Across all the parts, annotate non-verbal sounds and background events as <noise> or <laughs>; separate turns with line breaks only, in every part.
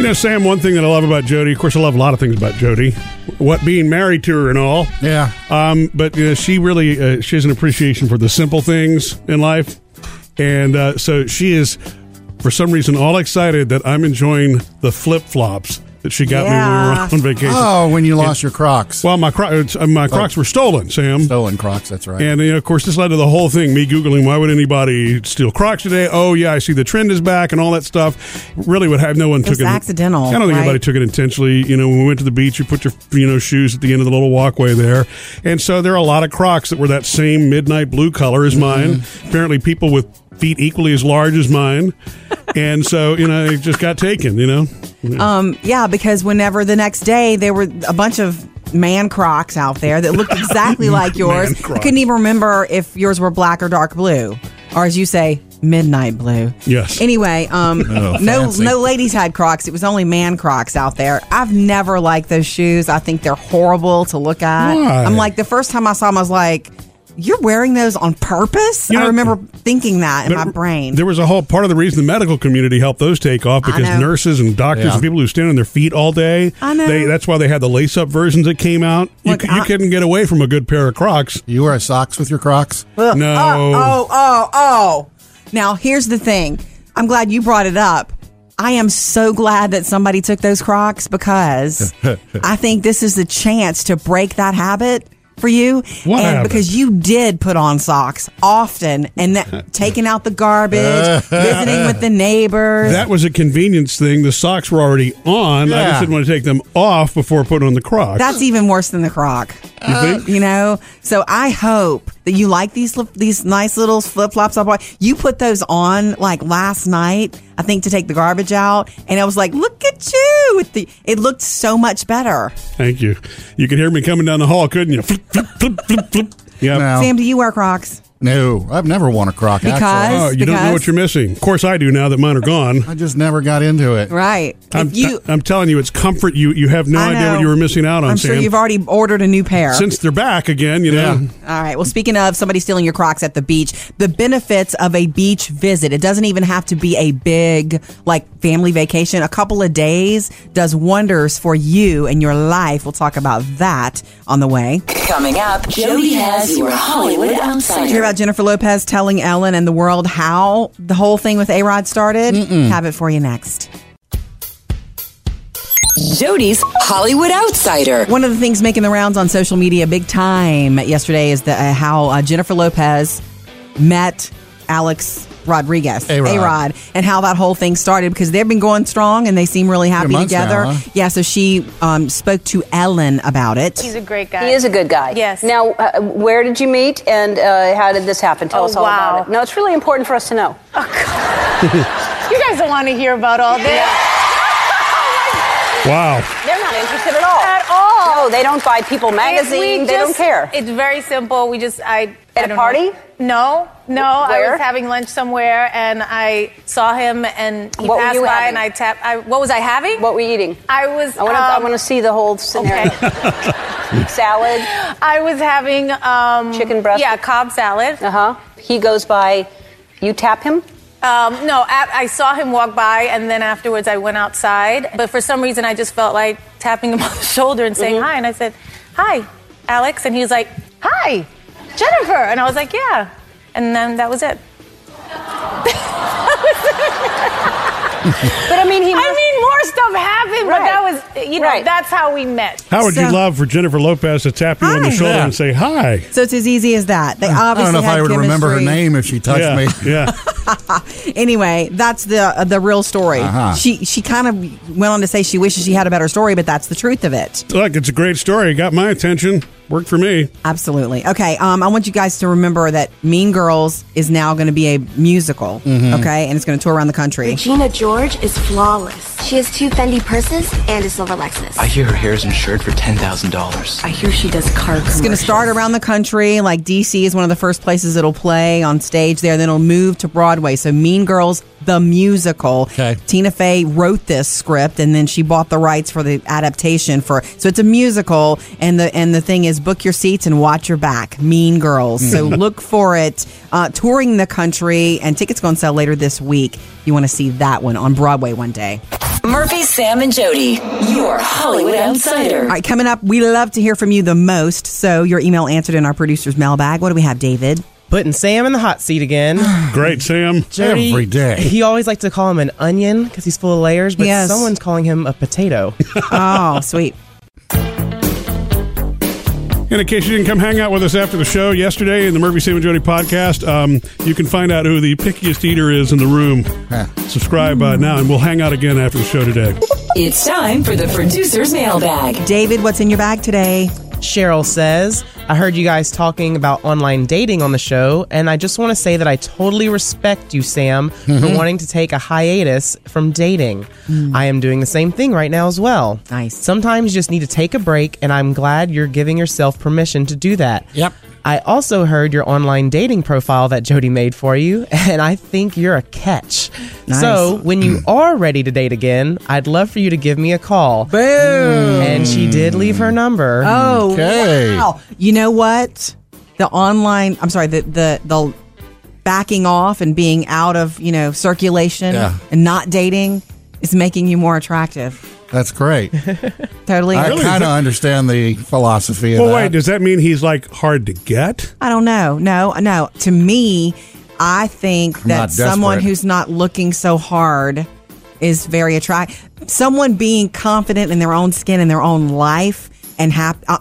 You know, Sam, one thing that I love about Jody, of course, I love a lot of things about Jody, what being married to her and all.
Yeah.
Um, but you know, she really uh, she has an appreciation for the simple things in life, and uh, so she is, for some reason, all excited that I'm enjoying the flip flops that she got
Yeah.
me when we were on vacation.
Oh, when you lost your Crocs.
Well, my Cro- uh, my Crocs were stolen, Sam.
Stolen Crocs, that's right.
And you know, of course, this led to the whole thing. Me googling, why would anybody steal Crocs today? Oh yeah, I see the trend is back and all that stuff. Really, would have no one
was
took it
accidental,
I don't think
right?
anybody took it intentionally. You know, when we went to the beach, you put your you know shoes at the end of the little walkway there, and so there are a lot of Crocs that were that same midnight blue color as
Mm-hmm.
mine. Apparently, people with feet equally as large as mine, and so you know, it just got taken. You know,
Um, yeah, because whenever the next day there were a bunch of man crocs out there that
<laughs>
looked exactly like yours. I
Crocs.
couldn't even remember if yours were black or dark blue, or as you say, midnight blue.
Yes.
Anyway,
<laughs>
um,
Oh,
no,
fancy.
no ladies had crocs. It was only man crocs out there. I've never liked those shoes. I think they're horrible to look at.
Why?
I'm like the first time I saw them, I was like. You're wearing those on purpose?
You know-
I remember thinking that in
But
my brain.
There was a whole part of the reason the medical community helped those take off because
know.
nurses and doctors
Yeah.
and people who stand on their feet all day.
I know.
They, that's why they had the lace up versions that came out.
Look,
you, c- you
I-
couldn't get away from a good pair of Crocs.
you wear socks with your Crocs?
Ugh.
No.
Oh, oh, oh, oh. Now, here's the thing. I'm glad you brought it up. I am so glad that somebody took those Crocs because
<laughs>
I think this is the chance to break that habit for you.
What
and
habit?
because you did put on socks often and
<laughs>
that, taking out the garbage, visiting with the neighbors.
That was a convenience thing. The socks were already on. I
Yeah.
just didn't want to take them off before putting on the Crocs.
That's even worse than the croc.
You think?
You know, so I hope that you like these li- these nice little flip flops. I bought. You put those on like last night, I think, to take the garbage out, and I was like, "Look at you!" With the, it looked so much better.
Thank you. You could hear me coming down the hall, couldn't you? Flip, flip, flip, flip, flip. Yeah.
No.
Sam, do you wear Crocs?
No, I've never worn a Croc,
Because-
actually.
Oh, you don't know
Because-
what you're missing. Of course, I do now that mine are gone.
I just never got into it.
Right.
I'm,
if you,
I'm telling you, it's comfort. You you have no
I
idea
know.
what you were missing out on,
I'm
Sam.
sure you've already ordered a new pair.
Since they're back again, you know.
Yeah.
All right. Well, speaking of somebody stealing your Crocs at the beach, the benefits of a beach visit. It doesn't even have to be a big, like, family vacation. A couple of days does wonders for you and your life. We'll talk about that on the way.
Coming up, Jody has your Hollywood
Did you hear
Outsider.
about Jennifer Lopez telling Ellen and the world how the whole thing with A Rod started? Have it for you next.
Jody's Hollywood Outsider.
One of the things making the rounds on social media big time yesterday is the, uh, how uh, Jennifer Lopez met Alex Rodriguez,
A-Rod.
and how that whole thing started because they've been going strong and they seem really happy
months now,
together.
huh?
Yeah, so she um, spoke to Ellen about it.
He's a great guy.
He is a good guy.
Yes.
Now, uh, where did you meet and uh, how did this happen? Tell
Oh,
us all
wow. Oh,
about it. No, it's really important for us to know.
<laughs> You guys don't want to hear about all this
Wow.
They're not interested at all.
at all.
No, they don't buy People
If we
magazine. They don't
just-
care.
It's very simple. We just I
At
I
a
don't
party?
Know. No, no. I
Where?
was having lunch somewhere and I saw him and he
What were
passed
you
by
having?
and I tapped. I, what was I having?
what were you eating?
I was.
I want to. I
um,
want to see the
<laughs>
whole scenario.
Okay.
Salad,
I was having um,
Chicken breast?
Yeah, Cobb salad.
uh huh. He goes by. You tap him.
Um, no, I, I saw him walk by, and then afterwards I went outside. But for some reason, I just felt like tapping him <laughs> on the shoulder and saying hi. And I said, "Hi, Alex," and he was like, "Hi, Jennifer," and I was like, "Yeah," and then that was it.
But I mean, he.
I
must-
mean, more stuff happened,
Right.
but that was, you know,
Right.
that's how we met.
How would you
So-
love for Jennifer Lopez to tap you on the
Hi.
shoulder
Yeah.
and say hi?
So it's as easy as that. They
I don't
obviously
know if
had
I would
chemistry.
remember her name if she touched
yeah.
me.
Yeah.
Anyway, that's the uh, the real story.
Uh-huh.
She she kind of went on to say she wishes she had a better story, but that's the truth of it.
Look, it's a great story. Got my attention. Worked for me.
Absolutely. Okay. Um, I want you guys to remember that Mean Girls is now going to be a musical. Okay, and it's going to tour around the country.
Regina George is flawless. She has two Fendi purses and a silver Lexus.
I hear her hair's insured for ten thousand dollars.
I hear she does car
It's going to start around the country. Like DC is one of the first places it'll play on stage there. Then it'll move to Broadway. So Mean Girls the musical.
Okay.
Tina Fey wrote this script and then she bought the rights for the adaptation for. So it's a musical and the and the thing is book your seats and watch your back. Mean Girls. So look for it uh, touring the country and tickets go on sale later this week. You want to see that one on Broadway one day.
Murphy, Sam, and Jody, your Hollywood outsider.
All right, coming up, we love to hear from you the most. So your email answered in our producer's mailbag. What do we have, David?
Putting Sam in the hot seat
<sighs>
again.
Great, Sam.
Jody,
Every day.
He always likes to call him an onion because he's full of layers, but
Yes.
someone's calling him a potato.
Oh, sweet.
And in case you didn't come hang out with us after the show yesterday in the Murphy, Sam, and Jody podcast, um, you can find out who the pickiest eater is in the room. Subscribe uh, now, and we'll hang out again after the show today.
It's time for the producer's mailbag.
David, what's in your bag today?
Cheryl says, I heard you guys talking about online dating on the show, and I just want to say that I totally respect you, Sam,
Mm-hmm.
for wanting to take a hiatus from dating. I am doing the same thing right now as well.
Mm. Nice.
Sometimes you just need to take a break, and I'm glad you're giving yourself permission to do that.
Yep.
I also heard your online dating profile that Jody made for you, <laughs> and I think you're a catch.
Nice.
So,
<clears throat>
when you are ready to date again, I'd love for you to give me a call.
Boom.
And she did leave her number.
Oh,
Okay.
wow. You know what? The online, I'm sorry, the, the, the backing off and being out of, you know, circulation
Yeah.
and not dating is making you more attractive.
<laughs>
That's great.
Totally.
I
agree.
kind of understand the philosophy of
Well,
that.
wait, does that mean he's like hard to get?
I don't know. No, no. To me, I think
not
that someone
desperate.
who's not looking so hard is very attractive. Someone being confident in their own skin and their own life and happy. Uh,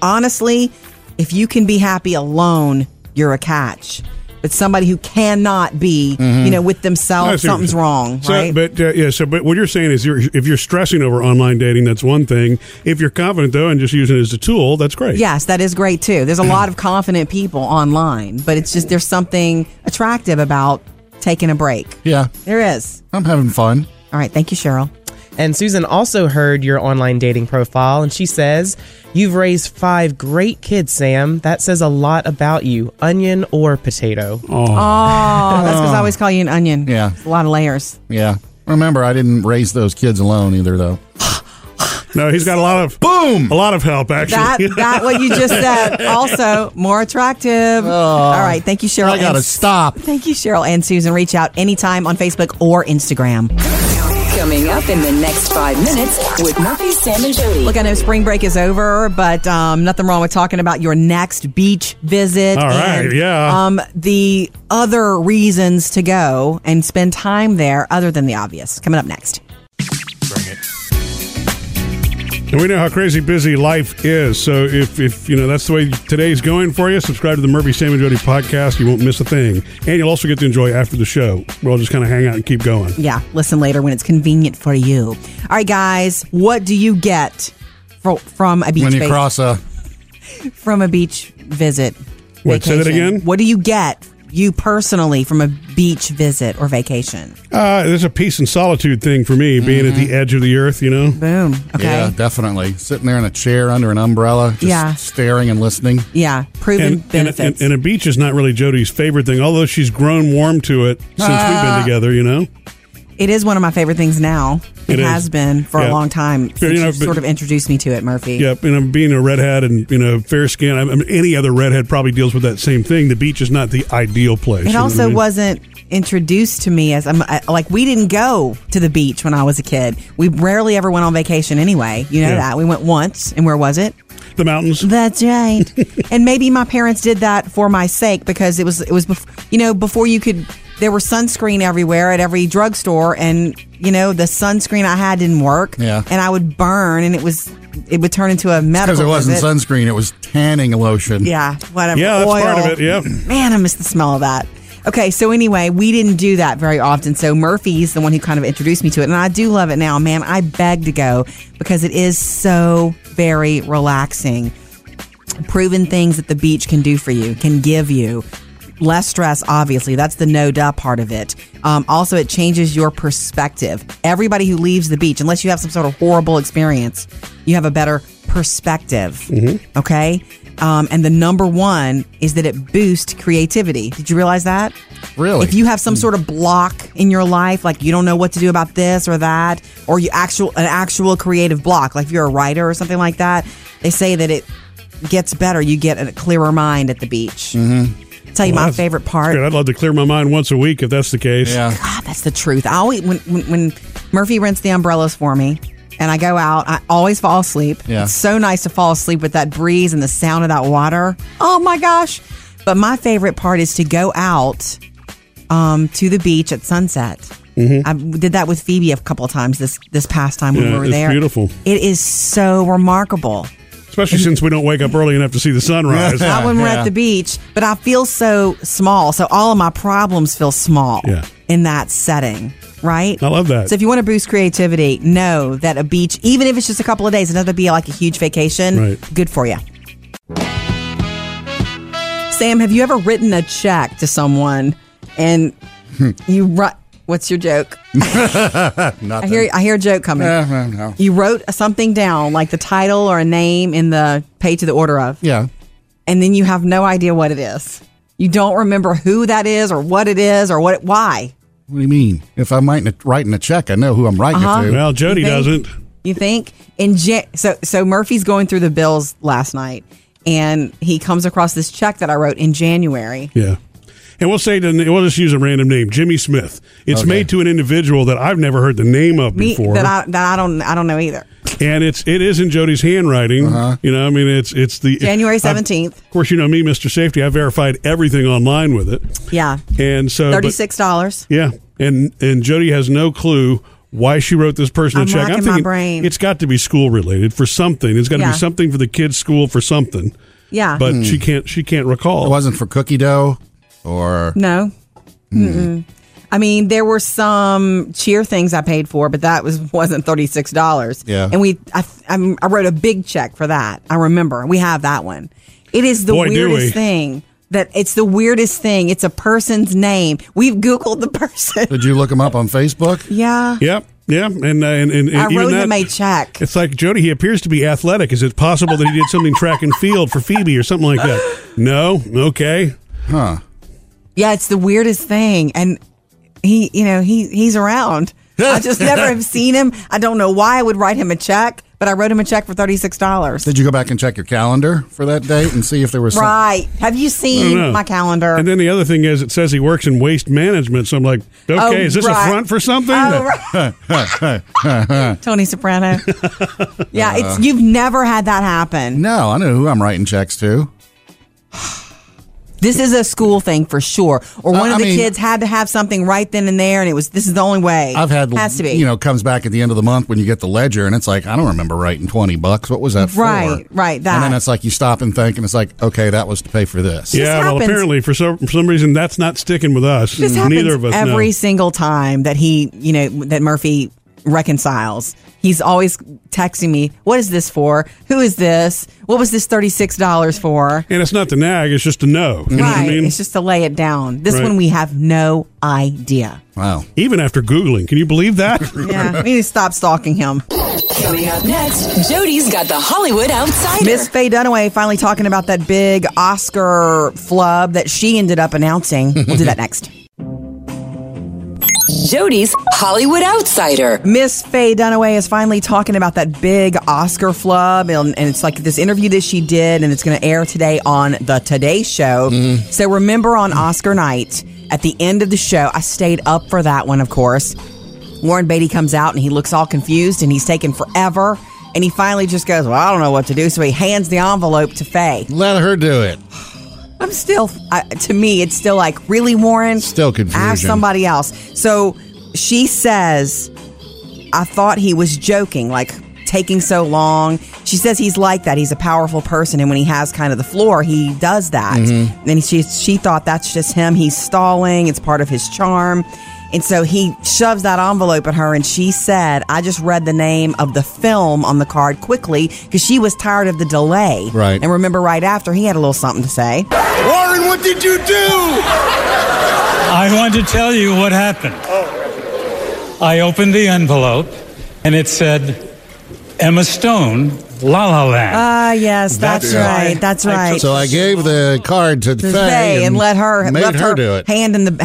honestly, if you can be happy alone, you're a catch. But somebody who cannot be, you know, with
Mm-hmm. Oh, I
themselves,
see what
something's
you're saying.
wrong,
So,
right?
But uh, yeah, so but what you're saying is, you're, if you're stressing over online dating, that's one thing. If you're confident though and just using it as a tool, that's great.
Yes, that is great too. There's a lot of confident people online, but it's just there's something attractive about taking a break.
Yeah,
There is.
I'm having fun.
All right. Thank you, Cheryl.
And Susan also heard your online dating profile, and she says, You've raised five great kids, Sam. That says a lot about you, onion or potato.
Oh, that's because I always call you an onion.
Yeah.
It's a lot of layers.
Yeah. Remember, I didn't raise those kids alone either, though.
No, he's got a lot of
Boom!
a lot of help actually.
That
<laughs>
that what you just said also more attractive. All right, thank you, Cheryl.
I gotta
and-
stop.
Thank you, Cheryl and Susan. Reach out anytime on Facebook or Instagram.
Coming up in the next five minutes with Murphy, Sam, and Jody.
Look, I know spring break is over, but um, nothing wrong with talking about your next beach visit.
All right,
and,
yeah.
Um, the other reasons to go and spend time there, other than the obvious, coming up next.
And we know how crazy busy life is. So if, if you know that's the way today's going for you, subscribe to the Murphy Sam and Jody podcast. You won't miss a thing, and you'll also get to enjoy after the show. We'll just kind of hang out and keep going.
Yeah, listen later when it's convenient for you. All right, guys, what do you get fro- from a beach
When you
va-
cross a.
from a beach visit?
Wait, say that
vacation?
again?
What do you get you personally from a beach visit or vacation?
Uh, there's a peace and solitude thing for me, being at
Mm-hmm.
the edge of the earth. You know,
Boom. Okay.
Yeah,
Yeah.
definitely. Sitting there in a chair under an umbrella, just
Yeah.
staring and listening.
proven
and and,
benefits.
and and a beach is not really Jody's favorite thing, although she's grown warm to it since
Ah.
we've been together. You know,
it is one of my favorite things now. It,
It is.
has been for
Yeah.
a long time.
Yeah,
Since you
you know, but-
sort of introduced me to it, Murphy.
Yep, and I'm being a redhead and you know fair skin. I mean, any other redhead probably deals with that same thing. The beach is not the ideal place.
It
you know what I
also
mean?
wasn't introduced to me as I'm I, like we didn't go to the beach when I was a kid. We rarely ever went on vacation anyway. You know
Yeah.
that. We went once and where was it?
the mountains.
That's right. <laughs> and maybe my parents did that for my sake because it was it was bef- you know before you could there was sunscreen everywhere at every drugstore and you know the sunscreen I had didn't work.
Yeah.
And I would burn and it was it would turn into a medical
Because it wasn't
visit.
sunscreen, it was tanning lotion.
Yeah, whatever.
Yeah, that's
Oil.
part of it, yeah.
Man, I miss the smell of that. Okay, so anyway, we didn't do that very often. So Murphy's the one who kind of introduced me to it, and I do love it now. Man, I beg to go because it is so very relaxing. Proven things that the beach can do for you, can give you. Less stress, obviously. That's the no duh part of it. Um, also, it changes your perspective. Everybody who leaves the beach, unless you have some sort of horrible experience, you have a better perspective. Okay. Um, and the number one is that it boosts creativity. Did you realize that?
Really?
If you have some sort of block in your life, like you don't know what to do about this or that, or you actual an actual creative block, like if you're a writer or something like that, they say that it gets better. You get a clearer mind at the beach. Mm-hmm. Tell you
Well,
my
that's-
favorite
Good,
part. <laughs>
I'd love to clear my mind once a week if that's the case.
Ah,
Yeah.
God, that's the truth. I always when when, when Murphy rents the umbrellas for me. And I go out. I always fall asleep.
Yeah.
It's so nice to fall asleep with that breeze and the sound of that water. Oh my gosh. But my favorite part is to go out um, to the beach at sunset. I did that with Phoebe a couple of times this this past time when
Mm-hmm. Yeah,
we were
it's
there.
beautiful.
It is so remarkable.
Especially since we don't wake up early enough to see the
<laughs>
sunrise.
Not when we're
yeah.
at the beach, but I feel so small. So all of my problems feel small
Yeah.
in that setting, right?
I love that.
So if you want to boost creativity, know that a beach, even if it's just a couple of days, it doesn't have to be like a huge vacation.
Right.
Good for you. Sam, have you ever written a check to someone and
Hmm.
you write? What's your joke?
<laughs>
I
Nothing.
hear I hear a joke coming.
Eh, eh, no.
You wrote something down, like the title or a name in the pay to the order of
Yeah.
and then you have no idea what it is. You don't remember who that is or what it is or what why.
What do you mean? If I'm writing a, writing a check, I know who I'm writing
Uh-huh.
it to.
well, Jody
You think-
doesn't.
You think? In Jan- so so Murphy's going through the bills last night and he comes across this check that I wrote in January.
Yeah. And we'll say, to, we'll just use a random name, Jimmy Smith. It's
Okay.
made to an individual that I've never heard the name of
Me
before.
that I that I don't I don't know either.
and it's it is in Jody's handwriting. You know, I mean, it's it's the
January
I've-
17th.
Of course, you know me, Mister Safety. I verified everything online with it,
Yeah.
and so Oh, but-
Thirty six dollars.
yeah, and and Jody has no clue why she wrote this person
I'm
a check.
racking my brain.
it's got to be school related for something. It's got to
Yeah.
be something for the kids' school for something.
Yeah.
But she can't she can't recall.
It wasn't for cookie dough or
no.
Hmm.
Mm-mm. I mean, there were some cheer things I paid for, but that was <laughs> wasn't thirty six dollars.
Yeah.
and we I, I'm, I wrote a big check for that. I remember we have that one. It is the
Boy, do we.
weirdest thing that it's the weirdest thing. It's a person's name. We've googled the <laughs> person.
Did you look them up on Facebook?
yeah,
Yep. Yeah, and uh, and, and, and
I
even
wrote
that,
him
<laughs>
a check.
It's like Jody. He appears to be athletic. Is it possible that he did something track and field for Phoebe or something like
<laughs>
that? No. Okay.
Huh.
Yeah, it's the weirdest thing, and he, you know, he
<laughs>
he's around. I just never have seen him. I don't know why I would write him a check, but I wrote him a check for thirty six dollars.
Did you go back and check your calendar for that date and see if there was some-
Right. Have you
I don't know.
seen my calendar?
And then the other thing is, it says he works in waste management. So I'm like, okay,
Oh,
is this
right.
a front for something? <laughs>
Oh, right. <laughs> Tony Soprano. yeah, it's you've never had that happen.
No, I know who I'm writing checks to.
This is a school thing for sure. Or
I-
one of
I
the
mean-
kids had to have something right then and there, and it was this is the only way.
I've had
has to be
you know comes back at the end of the month when you get the ledger and it's like I don't remember writing twenty bucks. What was that for?
Right, right, that.
And then it's like you stop and think and it's like okay that was to pay for this.
yeah. Well,
happens.
apparently for some for some reason that's not sticking with us.
This happens
Neither of us
every
know.
single time that he, you know, that Murphy reconciles. He's always texting me, "What is this for? Who is this? What was this thirty six dollars for?"
And it's not to nag; it's just to know. You know what
right.
I mean?
It's just to lay it down. This
Right.
one we have no idea.
Wow.
Even after googling, can you believe that? <laughs>
Yeah, we need to stop stalking him.
Coming up next, Jody's got the Hollywood Outsider.
Miss Faye Dunaway finally talking about that big Oscar flub that she ended up announcing. We'll do that <laughs> next.
Jody's Hollywood Outsider.
Miss Faye Dunaway is finally talking about that big Oscar flub, and, and it's like this interview that she did, and it's going to air today on the Today Show. So remember on Oscar night, at the end of the show, I stayed up for that one, of course. Warren Beatty comes out and he looks all confused and he's taking forever. And he finally just goes, Well, I don't know what to do. So he hands the envelope to Faye.
Let her do it.
I'm still, I, to me, it's still like, really, Warren?
Still confusion.
Ask somebody else. So she says, I thought he was joking, like taking so long. She says he's like that. He's a powerful person. And when he has kind of the floor, he does that.
Mm-hmm.
And she, she thought that's just him. He's stalling, it's part of his charm. And so he shoves that envelope at her, and she said, I just read the name of the film on the card quickly because she was tired of the delay.
Right.
And remember, right after, he had a little something to say.
Warren, what did you do? I want to tell you what happened. I opened the envelope and it said Emma Stone, La La Land.
Ah, yes, that's
That's why
right. That's
I
right.
took
So I gave the card to Faye,
Faye and, let her
made
left
her,
her,
do it.
hand in <laughs> the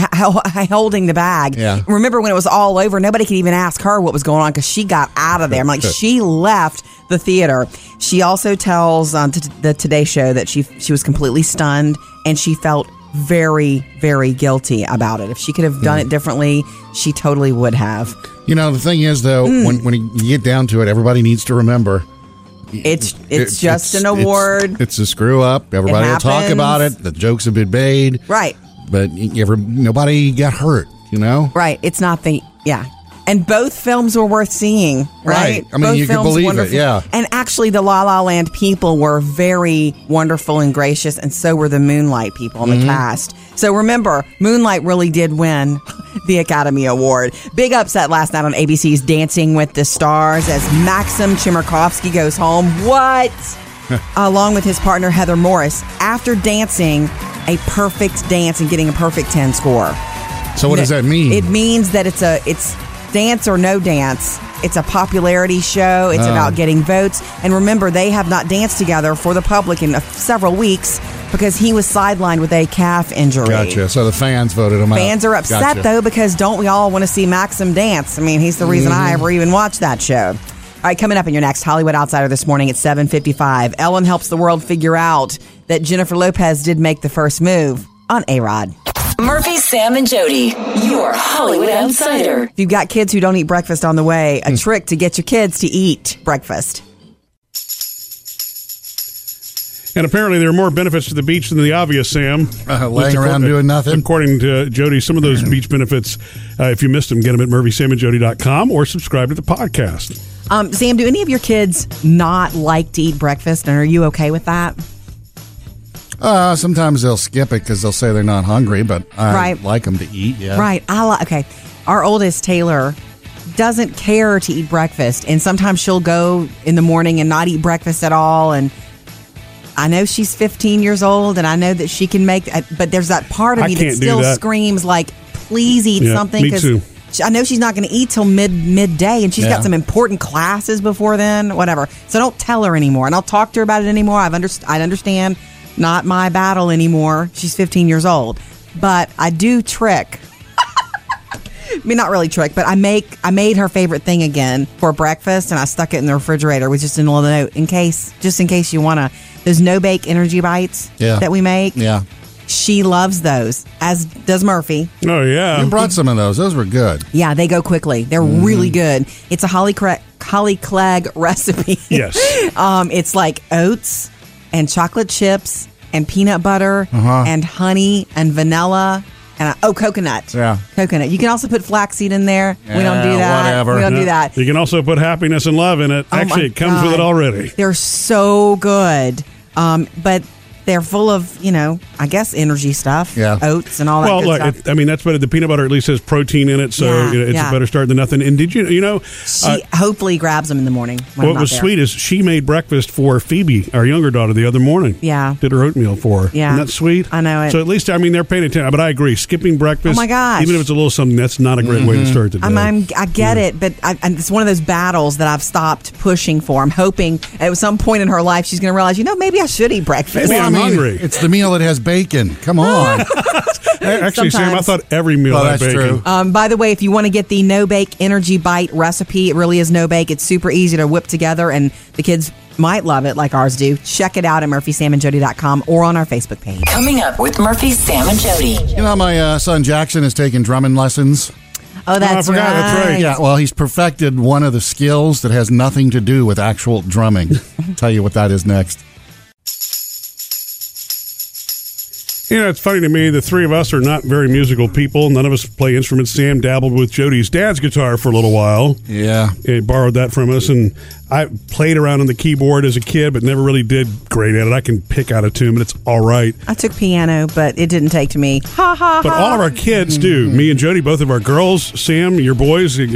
h- holding the bag.
Yeah.
Remember when it was all over? Nobody could even ask her what was going on because she got out of there. I'm like, she left the theater. um, She also tells on t- the Today Show that she she was completely stunned and she felt very, very guilty about it. If she could have done it differently, she totally would have.
You know, the thing is, though,
Mm.
when, when you get down to it, everybody needs to remember.
It's it's
it-
just an
it's-
award,
It's, a screw up. Everybody will talk about it. The jokes have been made,
right?
but y- every, nobody got hurt. You know,
Right. It's not the yeah. And both films were worth seeing, right?
Right. I mean,
both
you could believe it, yeah.
And actually, the La La Land people were very wonderful and gracious, and so were the Moonlight people in
Mm-hmm.
the cast. So remember, Moonlight really did win <laughs> the Academy Award. Big upset last night on ABC's Dancing with the Stars as Maxim Chimerkovsky goes home.
<laughs>
What? along with his partner Heather Morris after dancing a perfect dance and getting a perfect 10 score.
So what does that mean?
It means that it's a it's dance or no dance. It's a popularity
Ah.
show. It's about getting votes. And remember, they have not danced together for the public in a, several weeks because he was sidelined with a calf injury.
gotcha. So the fans voted him out.
Fans are upset
Gotcha.
though because don't we all want to see Maxim dance? I mean, he's the reason
Mm-hmm.
I ever even watched that show. All right, coming up in your next Hollywood Outsider this morning at 7:55, Ellen helps the world figure out that Jennifer Lopez did make the first move on A-Rod.
Murphy, Sam, and Jody, your Hollywood outsider.
If you've got kids who don't eat breakfast on the way, a trick to get your kids to eat breakfast.
And apparently, there are more benefits to the beach than the obvious, Sam.
Uh, laying
Just acor-
around doing nothing.
According to Jody, some of those beach benefits, uh, if you missed them, get them at MurphySamandJody.com or subscribe to the podcast.
Um, Sam, do any of your kids not like to eat breakfast and are you okay with that?
Uh, sometimes they'll skip it because they'll say they're not hungry, but I
Right.
like them to eat. Yeah.
Right. I li- okay. Our oldest Taylor doesn't care to eat breakfast, and sometimes she'll go in the morning and not eat breakfast at all. And I know she's 15 years old, and I know that she can make. uh, But there's that part of
I
me
can't
that
do
still
that.
screams like, "Please eat
Yeah,
something."
me too.
she- I know she's not going to eat till mid midday, and she's
Yeah.
got some important classes before then. Whatever. So don't tell her anymore, and I'll talk to her about it anymore. I've under- I understand. Not my battle anymore. She's 15 years old, but I do trick I mean, not really trick, but I make I made her favorite thing again for breakfast, and I stuck it in the refrigerator with just a little note in case, just in case you wanna. Those no bake energy bites
Yeah.
that we make,
Yeah.
she loves those, as does Murphy.
Oh, yeah.
I brought some of those. Those were good.
Yeah, they go quickly. They're
Mm-hmm.
really good. It's a Holly, Cra- Holly Clegg <laughs> recipe.
Yes.
um, it's like oats and chocolate chips and peanut butter
Uh-huh.
and honey and vanilla. And uh oh, coconut.
Yeah.
Coconut. You can also put flaxseed in there. we don't do
Yeah,
that.
whatever.
We don't do
Yeah.
that.
You can also put happiness and love in it.
Oh my
Actually, it comes with it
God.
already.
They're so good. Um, but they're full of, you know, I guess energy stuff.
Yeah.
Oats and all that
Well,
good
look, uh,
stuff.
it, I mean, that's better. The peanut butter at least has protein in it, so
Yeah,
you know, it's
yeah.
a better start than nothing. And did you, you know,
she
uh,
hopefully grabs them in the morning. When I'm
what
not
was
there.
sweet is she made breakfast for Phoebe, our younger daughter, the other morning.
Yeah.
Did her oatmeal for her.
Yeah.
Isn't that sweet?
I know it.
So at least, I mean, they're paying attention. But I agree. Skipping breakfast.
Oh my gosh.
Even if it's a little something, that's not a great way to start the day.
I'm, I'm, I get it, but I, and it's one of those battles that I've stopped pushing for. I'm hoping at some point in her life she's going to realize, you know, maybe I should eat breakfast.
Maybe I'm
I mean,
hungry.
It's the meal that has bacon. Come on.
<laughs>
Actually, Sam, I
sometimes-
thought every meal
Well,
had
that's
bacon.
true.
Um, by the way, if you want to get the no bake energy bite recipe, it really is no bake. It's super easy to whip together, and the kids might love it like ours do. Check it out at murphysamandjody.com or on our Facebook page.
Coming up with Murphy, Sam, and Jody.
you know, my uh, son Jackson is taking drumming lessons.
Oh,
I
that's
forgot.
right.
That's right.
Yeah, well, he's perfected one of the skills that has nothing to do with actual drumming.
<laughs>
Tell you what that is next.
You know, it's funny to me. The three of us are not very musical people. None of us play instruments. Sam dabbled with Jody's dad's guitar for a little while.
Yeah.
He borrowed that from us, and I played around on the keyboard as a kid, but never really did great at it. I can pick out a tune, but it's all right.
I took piano, but it didn't take to me. Ha ha.
But all of our kids do. Me and Jody, both of our girls, Sam, your boys, and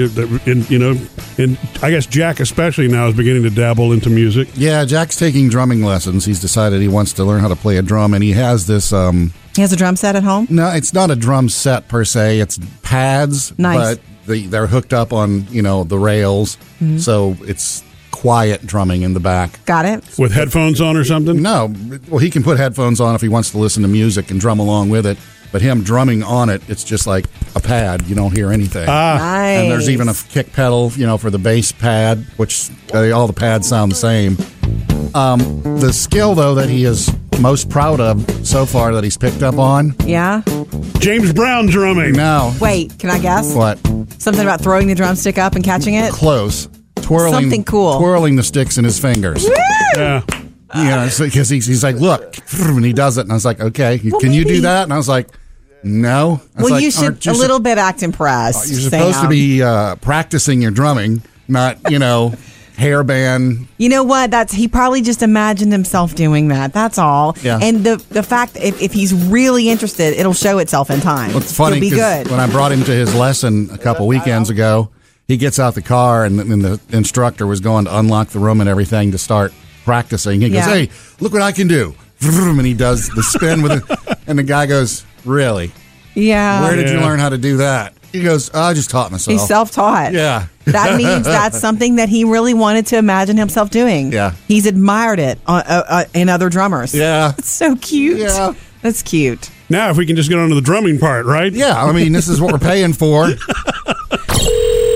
you know, and I guess Jack especially now is beginning to dabble into music.
Yeah, Jack's taking drumming lessons. He's decided he wants to learn how to play a drum, and he has this. um
He has a drum set at home.
No, it's not a drum set per se. It's pads,
Nice.
but the, they're hooked up on you know the rails,
Mm-hmm.
so it's quiet drumming in the back.
Got it.
With headphones on or something?
No, well, he can put headphones on if he wants to listen to music and drum along with it. But him drumming on it, it's just like a pad. You don't hear anything.
Ah. nice.
And there's even a kick pedal, you know, for the bass pad, which uh, all the pads sound the same. Um, the skill, though, that he is most proud of so far that he's picked up on.
Yeah.
James Brown drumming.
Now,
Wait, can I guess?
what?
Something about throwing the drumstick up and catching it?
Close. Twirling.
Something cool.
Twirling the sticks in his fingers.
Yeah.
Yeah, because he's, he's like, look, and he does it, and I was like, okay, you-
Well,
can you do
maybe-
that? And I was like, no. I was
Well,
like,
you should
"Aren't you
a
sup-
little bit act impressed.
You're supposed to
Sam.
be uh, practicing your drumming, not you know, <laughs> hairband.
You know what? That's he probably just imagined himself doing that. That's all.
Yeah.
And the the fact if, if he's really interested, it'll show itself in time.
It's funny
He'll be
'cause
good.
when I brought him to his lesson a couple weekends ago, he gets out the car and, and the instructor was going to unlock the room and everything to start practicing. He goes,
Yeah.
"Hey, look what I can do!" <laughs> And he does the spin with
<laughs>
it, and the guy goes, "Really?
Oh, yeah.
Where did you
Yeah.
learn how to do that?" He goes, "Oh, "I just taught myself."
He's self taught.
Yeah. <laughs>
That means that's something that he really wanted to imagine himself doing.
Yeah.
He's admired it on, uh, uh, in other drummers.
Yeah.
<laughs> It's so cute.
Yeah.
That's cute.
Now, if we can just get on to the drumming part, right?
Yeah, I mean, this is what we're paying
<laughs>
for.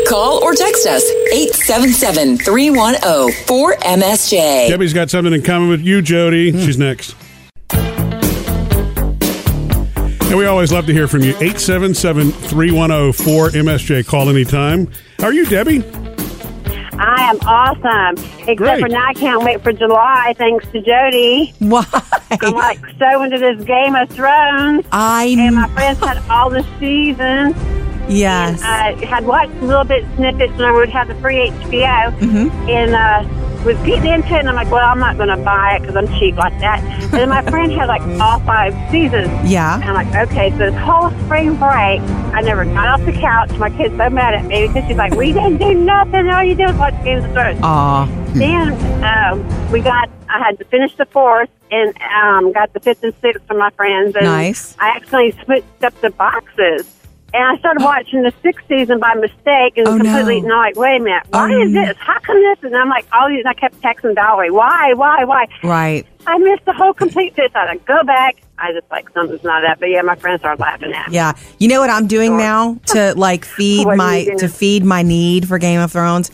Call or text us 877 310 4MSJ.
Debbie's got something in common with you, Jody.
Hmm.
She's next. And we always love to hear from you. 877 310 4MSJ. Call anytime. How are you, Debbie?
I am awesome. Except
Great.
for now, I can't wait for July, thanks to Jody.
Why?
I'm like so into this Game of Thrones. and my
I
friends had all the seasons.
yes.
I had watched little bit snippets, and I would have the free HBO,
Mm-hmm.
and uh, was getting into it. And I'm like, well, I'm not going to buy it because I'm cheap like that. And then my friend had like all five seasons.
Yeah.
And I'm like, okay, so this whole spring break, I never got off the couch. My kid's so mad at me because she's like, we didn't do nothing. All you did was watch Games of Thrones.
Aw.
Then um, we got. I had to finish the fourth and um, got the fifth and sixth from my friends. And
Nice.
I accidentally switched up the boxes. And I started watching the sixth season by mistake and
Oh,
completely,
no.
and I'm like, wait a minute, why
Oh,
is
no.
this? How come this? And I'm like, all these, I kept texting Valerie, why, why, why?
Right.
I missed the whole complete this. I like, go back. I just like, something's not up. But yeah, my friends started laughing at me.
Yeah. You know what I'm doing now to
<laughs>
like feed
What are
my
you doing?
to feed my need for Game of Thrones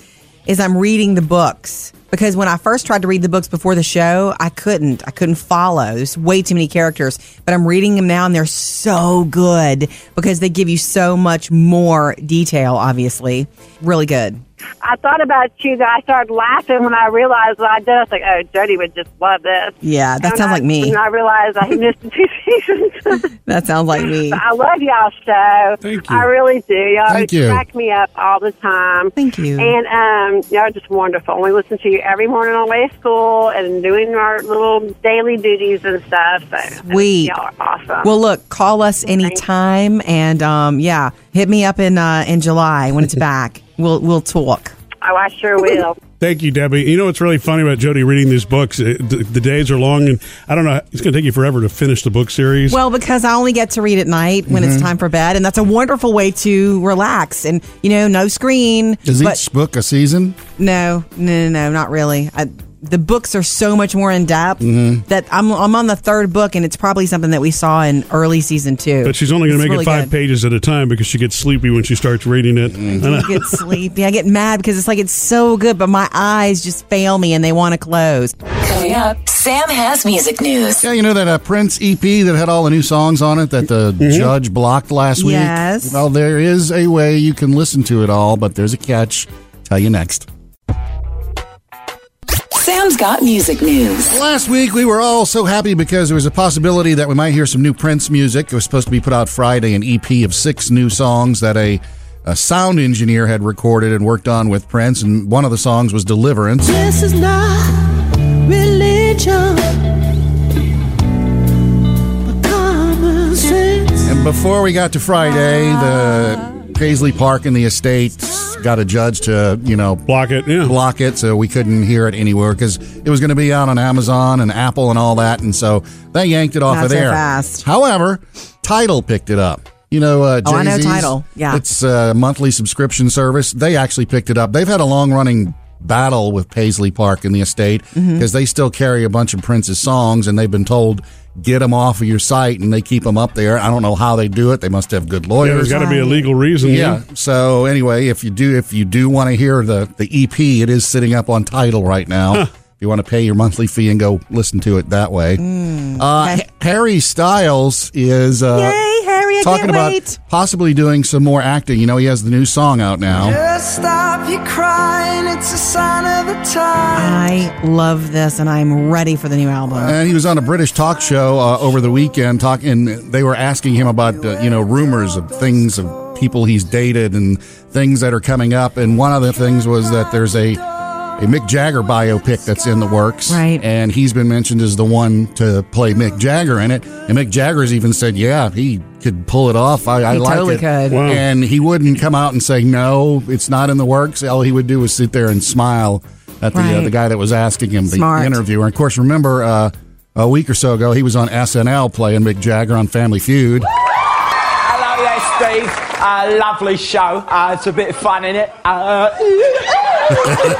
is I'm reading the books because when I first tried to read the books before the show, I couldn't. I couldn't follow. There's way too many characters, but I'm reading them now and they're so good because they give you so much more detail obviously. Really good.
I thought about you that I started laughing when I realized what I did. I was like, oh, Jody would just love this.
Yeah, that
And
sounds
I-
like me.
And I realized I missed <laughs> the two seasons.
<laughs> That sounds like
<laughs>
me.
I love y'all show.
Thank you.
I really do. Y'all
Thank you.
crack me up all the time.
Thank you.
And um, y'all are just wonderful. We listen to you every morning on the way to school and doing our little daily duties and stuff. So
Sweet.
Y'all are awesome.
Well, look, call us anytime and um yeah, hit me up in uh in July when it's back. We'll we'll talk.
oh,
<laughs>
I sure will.
Thank you, Debbie. You know what's really funny about Jody reading these books? Uh, The, the days are long, and I don't know. It's going to take you forever to finish the book series.
Well, because I only get to read at night when
Mm-hmm.
it's time for bed, and that's a wonderful way to relax. And you know, no screen.
Is
but
each book a season?
no, no, no, no, not really. I, the books are so much more in depth
Mm-hmm.
that I'm I'm on the third book, and it's probably something that we saw in early season two.
but she's only going to
It's
make
really
it five
good. Mm-hmm.
pages at a time because she gets sleepy when she starts reading it. I know. <laughs>
I get sleepy. I get mad because it's like it's so good, but my eyes just fail me and they want to close.
Coming up, Sam has music news.
Yeah, you know that uh, Prince EP that had all the new songs on it that the judge blocked last week?
Yes.
Well, there is a way you can listen to it all, but there's a catch. Tell you next.
Sam's got music news.
Last week, we were all so happy because there was a possibility that we might hear some new Prince music. It was supposed to be put out Friday, an EP of six new songs that a, a sound engineer had recorded and worked on with Prince, and one of the songs was Deliverance.
This is not religion, but common sense.
And before we got to Friday, the Paisley Park and the estates got a judge to, you know,
Block it. Yeah.
block it so we couldn't hear it anywhere because it was going to be out on Amazon and Apple and all that. And so they yanked it off
Not
of
so
there.
fast.
However, Title picked it up. You know, uh,
Oh, I know
Jay-Z's,
Tidal. Yeah.
It's a monthly subscription service. They actually picked it up. They've had a long running battle with Paisley Park and the estate because
Mm-hmm.
they still carry a bunch of Prince's songs and they've been told, get them off of your site and they keep them up there. I don't know how they do it. They must have good
Yeah, there's
lawyers.
got to be a legal reason.
Yeah. So E anyway, if you do if you do want to hear the the EP, it is sitting up on title right now. If you want to pay your monthly fee and go listen to it that way. Uh, Ha- Harry Styles is uh,
Mm. Yay, Harry, I
talking
can't
about
wait.
possibly doing some more acting. You know, he has the new song out now.
Just stop your crying, it's a sign of the time.
I love this, and I'm ready for the new album.
Uh, And he was on a British talk show uh, over the weekend talking. They were asking him about uh, you know rumors of things of people he's dated and things that are coming up. And one of the things was that there's a a Mick Jagger biopic that's in the works, right? And he's been mentioned as the one to play Mick Jagger in it. And Mick Jagger's even said, "Yeah, he could pull it off. I, I
He
like
totally
it."
could. Wow.
And he wouldn't come out and say no, it's not in the works. All he would do was sit there and smile at the uh,
Right.
the guy that was asking him the
Smart.
interviewer. And of course, remember uh, a week or so ago, he was on SNL playing Mick Jagger on Family Feud.
Hello there, Oh, Steve. Uh, lovely show. Uh, it's a bit of fun, in it?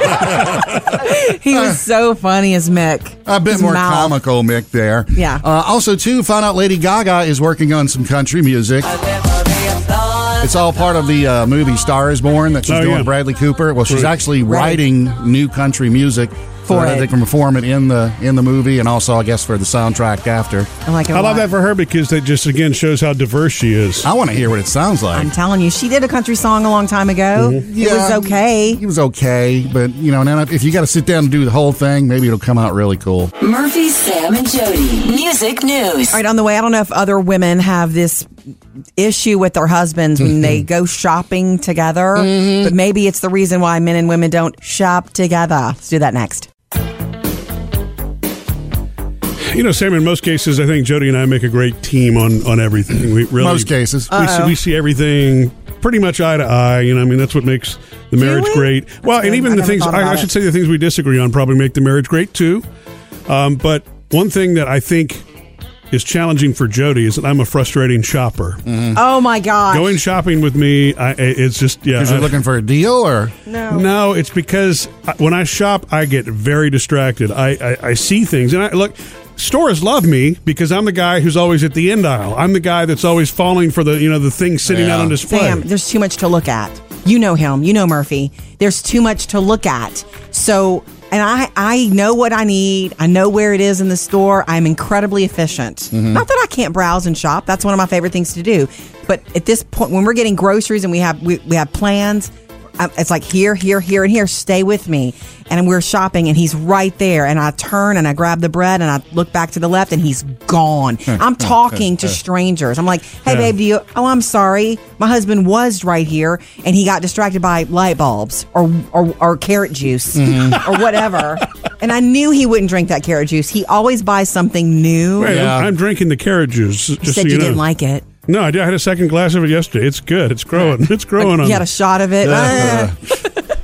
Uh...
he was so funny as Mick.
A bit
His
more
mouth.
comical, Mick. There.
Yeah.
Uh, also, too, found out Lady Gaga is working on some country music. It's all part of the uh, movie Star Is Born that she's
Oh,
doing
yeah.
Bradley Cooper. Well, she's
Right.
actually
Right.
writing new country music
For
so that
it.
they can perform it in the in the movie and also, I guess, for the soundtrack after.
I like it.
I love that for her because that just again shows how diverse she is.
I want to hear what it sounds like.
I'm telling you, she did a country song a long time ago.
Mm-hmm.
It was okay.
It was okay, but you know, now if you got to sit down and do the whole thing, maybe it'll come out really cool.
Murphy, Sam, and Jody. Music news.
All right, on the way, I don't know if other women have this issue with their husbands when they go shopping together, but maybe it's the reason why men and women don't shop together. Let's do that next.
You know, Sam, in most cases, I think Jody and I make a great team on on everything. We really
Most cases.
Uh,
we see,
Uh-oh.
we see everything pretty much eye to eye. You know, I mean, that's what makes the marriage great. well, and
good.
even the
I never
things
thought
I,
about
I
it.
should say the things we disagree on probably make the marriage great too. Um, but one thing that I think is challenging for Jody is that I'm a frustrating shopper.
Oh my gosh.
Going shopping with me, I, I- it's just yeah.
Because you're
I-
looking for a deal, or
No.
No, it's because I- when I shop, I get very distracted. I, I, I see things, and I look. Stores love me because I'm the guy who's always at the end aisle. I'm the guy that's always falling for the you know the thing sitting out on display.
Sam, there's too much to look at. You know him. You know Murphy. There's too much to look at. So, and I, I know what I need. I know where it is in the store. I'm incredibly efficient. Not that I can't browse and shop. That's one of my favorite things to do. But at this point, when we're getting groceries and we have we, we have plans. um, It's like here, here, here, and here. Stay with me, and we're shopping, and he's right there. And I turn and I grab the bread, and I look back to the left, and he's gone. I'm talking to strangers. I'm like, "Hey,
Yeah.
babe, do you? Oh, I'm sorry. My husband was right here, and he got distracted by light bulbs or or, or carrot juice <laughs> or whatever. and I knew he wouldn't drink that carrot juice. He always buys something new.
Wait, I'm, I'm drinking the carrot juice.
he
just
said
so
you,
know.
didn't like it.
No, I did. I had a second glass of it yesterday. It's good. It's growing. <laughs> It's growing
Like,
on um,
he had
me.
a shot of it.
Uh,
Ah.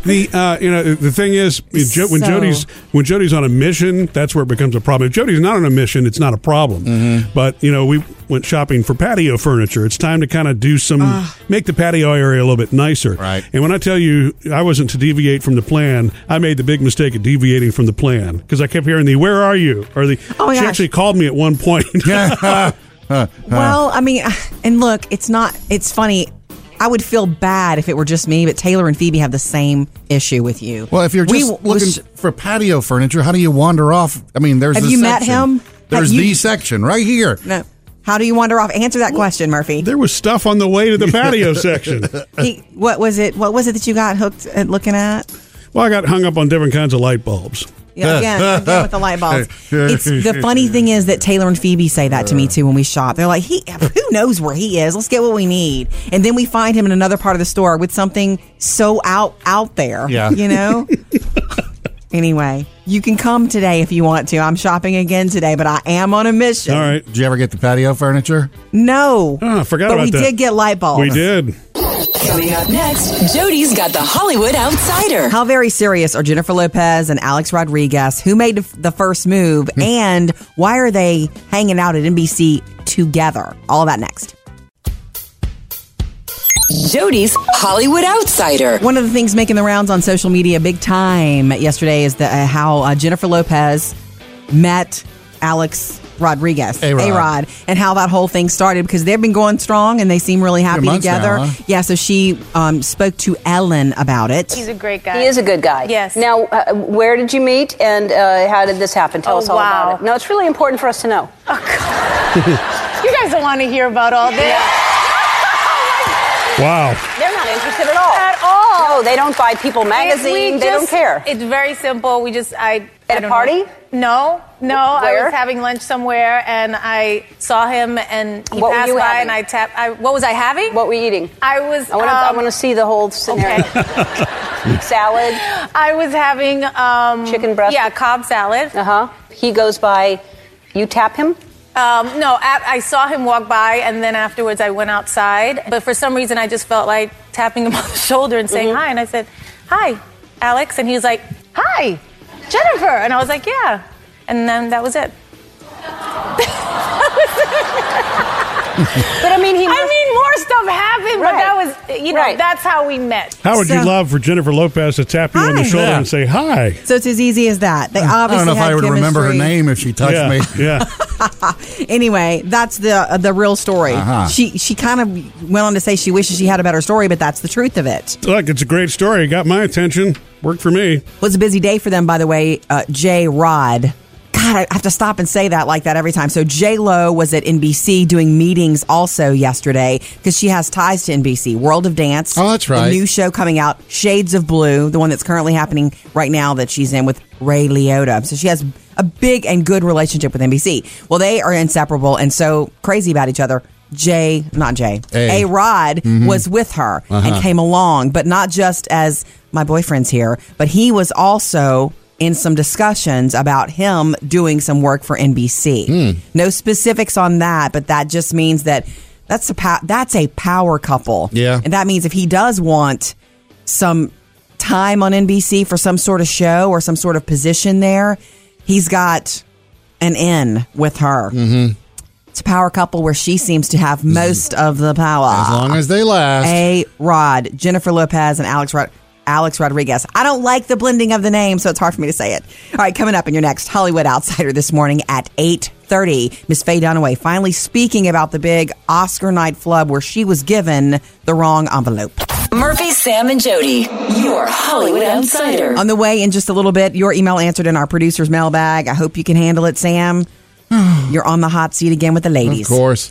The uh, you know the thing is Jo- when
So-
Jody's when Jody's on a mission, that's where it becomes a problem. If Jody's not on a mission, it's not a problem. But you know we went shopping for patio furniture. It's time to kind of do some
Ah.
make the patio area a little bit nicer. Right. And when I tell you I wasn't to deviate from the plan, I made the big mistake of deviating from the plan because I kept hearing the "Where are you?" or the
Oh my
she
gosh.
actually called me at one point. <laughs>
Well, I mean, <sighs> and look, it's not. It's funny. I would feel bad if it were just me, but Taylor and Phoebe have the same issue with you.
well, if you're
We
just
w-
looking
was-
for patio furniture, how do you wander off? I mean, there's
Have
this
you met
section.
him?
There's
Have you-
the section right here.
no. How do you wander off? Answer that question, Murphy.
there was stuff on the way to the patio section.
He, what was it? What was it that you got hooked at looking at?
Well, I got hung up on different kinds of light bulbs.
Yeah, again, again with the light
<laughs>
bulbs. It's the funny thing is that Taylor and Phoebe say that to me too when we shop. They're like, "He, who knows where he is? Let's get what we need." And then we find him in another part of the store with something so out out there.
Yeah.
you
<laughs>
know. anyway, you can come today if you want to. I'm shopping again today, but I am on a mission.
All right. Did you ever get the patio furniture?
No.
Oh, I forgot
but
about
we
that.
did get light bulbs.
We did.
Coming up next, Jody's got the Hollywood Outsider.
How very serious are Jennifer Lopez and Alex Rodriguez? Who made the first move? and why are they hanging out at NBC together? All that next.
Jody's Hollywood Outsider.
One of the things making the rounds on social media big time yesterday is the, uh, how uh, Jennifer Lopez met Alex Rodriguez,
A-Rod.
A-Rod, and how that whole thing started because they've been going strong and they seem really happy
months now,
together.
huh?
Yeah, so she um, spoke to Ellen about it.
He's a great guy.
He is a good guy.
Yes.
Now, uh, where did you meet and uh, how did this happen? Tell
Oh,
us all
wow.
about it. No, it's really important for us to know.
You guys don't want to hear about all this.
Wow.
They're not interested at all.
At all.
No, they don't buy People
If we
magazine. They don't
just-
care.
It's very simple. We just I
At
I
a
don't
party?
know. No, no. I
Where?
was having lunch somewhere and I saw him and he
What were
passed
you
by
having?
and I tapped. I, what was I having? What
were you eating?
I was.
I want to. I
um,
want to see the whole scenario. <laughs> salad.
I was having um,
chicken breast.
yeah, Cobb salad.
Uh huh. He goes by. You tap him.
Um, no, at, I saw him walk by, and then afterwards I went outside. But for some reason, I just felt like tapping him <laughs> on the shoulder and
Mm-hmm.
saying hi. And I said, "Hi, Alex," and he was like, "Hi, Jennifer," and I was like, "Yeah," and then that was it.
But I mean, he.
I mean, more stuff happened, but that was, you know,
Right.
that's how we met.
How would
So-
you love for Jennifer Lopez to tap you on the
Hi.
shoulder
Yeah.
and say hi?
So it's as easy as that. They
I
obviously
don't know if
had
I would remember her
chemistry.
name if she touched
yeah,
me.
<laughs> Yeah.
Anyway, that's the uh, the real story.
Uh-huh.
She she kind of went on to say she wishes she had a better story, but that's the truth of it.
Look, it's a great story. It Got my attention. Worked for me.
Was a busy day for them, by the way. Uh, J Rod. God, I have to stop and say that like that every time. So J Lo was at NBC doing meetings also yesterday because she has ties to NBC World of Dance.
Oh, that's
The
right.
new show coming out, Shades of Blue, the one that's currently happening right now that she's in with Ray Liotta. So she has a big and good relationship with NBC. Well, they are inseparable and so crazy about each other. Jay, not Jay,
A.
A Rod
Mhm.
was with her
Uh-huh.
and came along, but not just as my boyfriend's here, but he was also in some discussions about him doing some work for NBC. No specifics on that, but that just means that that's a pow- that's a power couple.
Yeah.
And that means if he does want some time on NBC for some sort of show or some sort of position there, he's got an in with her. Mm-hmm. It's a power couple where she seems to have most of the power.
As long as they last.
A Rod, Jennifer Lopez, and Alex Rod- Alex Rodriguez. I don't like the blending of the names, so it's hard for me to say it. All right, coming up in your next Hollywood Outsider this morning at eight thirty, Miss Faye Dunaway finally speaking about the big Oscar night flub where she was given the wrong envelope.
Murphy, Sam, and Jody, your Hollywood Outsider.
On the way in just a little bit, your email answered in our producer's mailbag. I hope you can handle it, Sam. <sighs> You're on the hot seat again with the
Of
ladies.
course.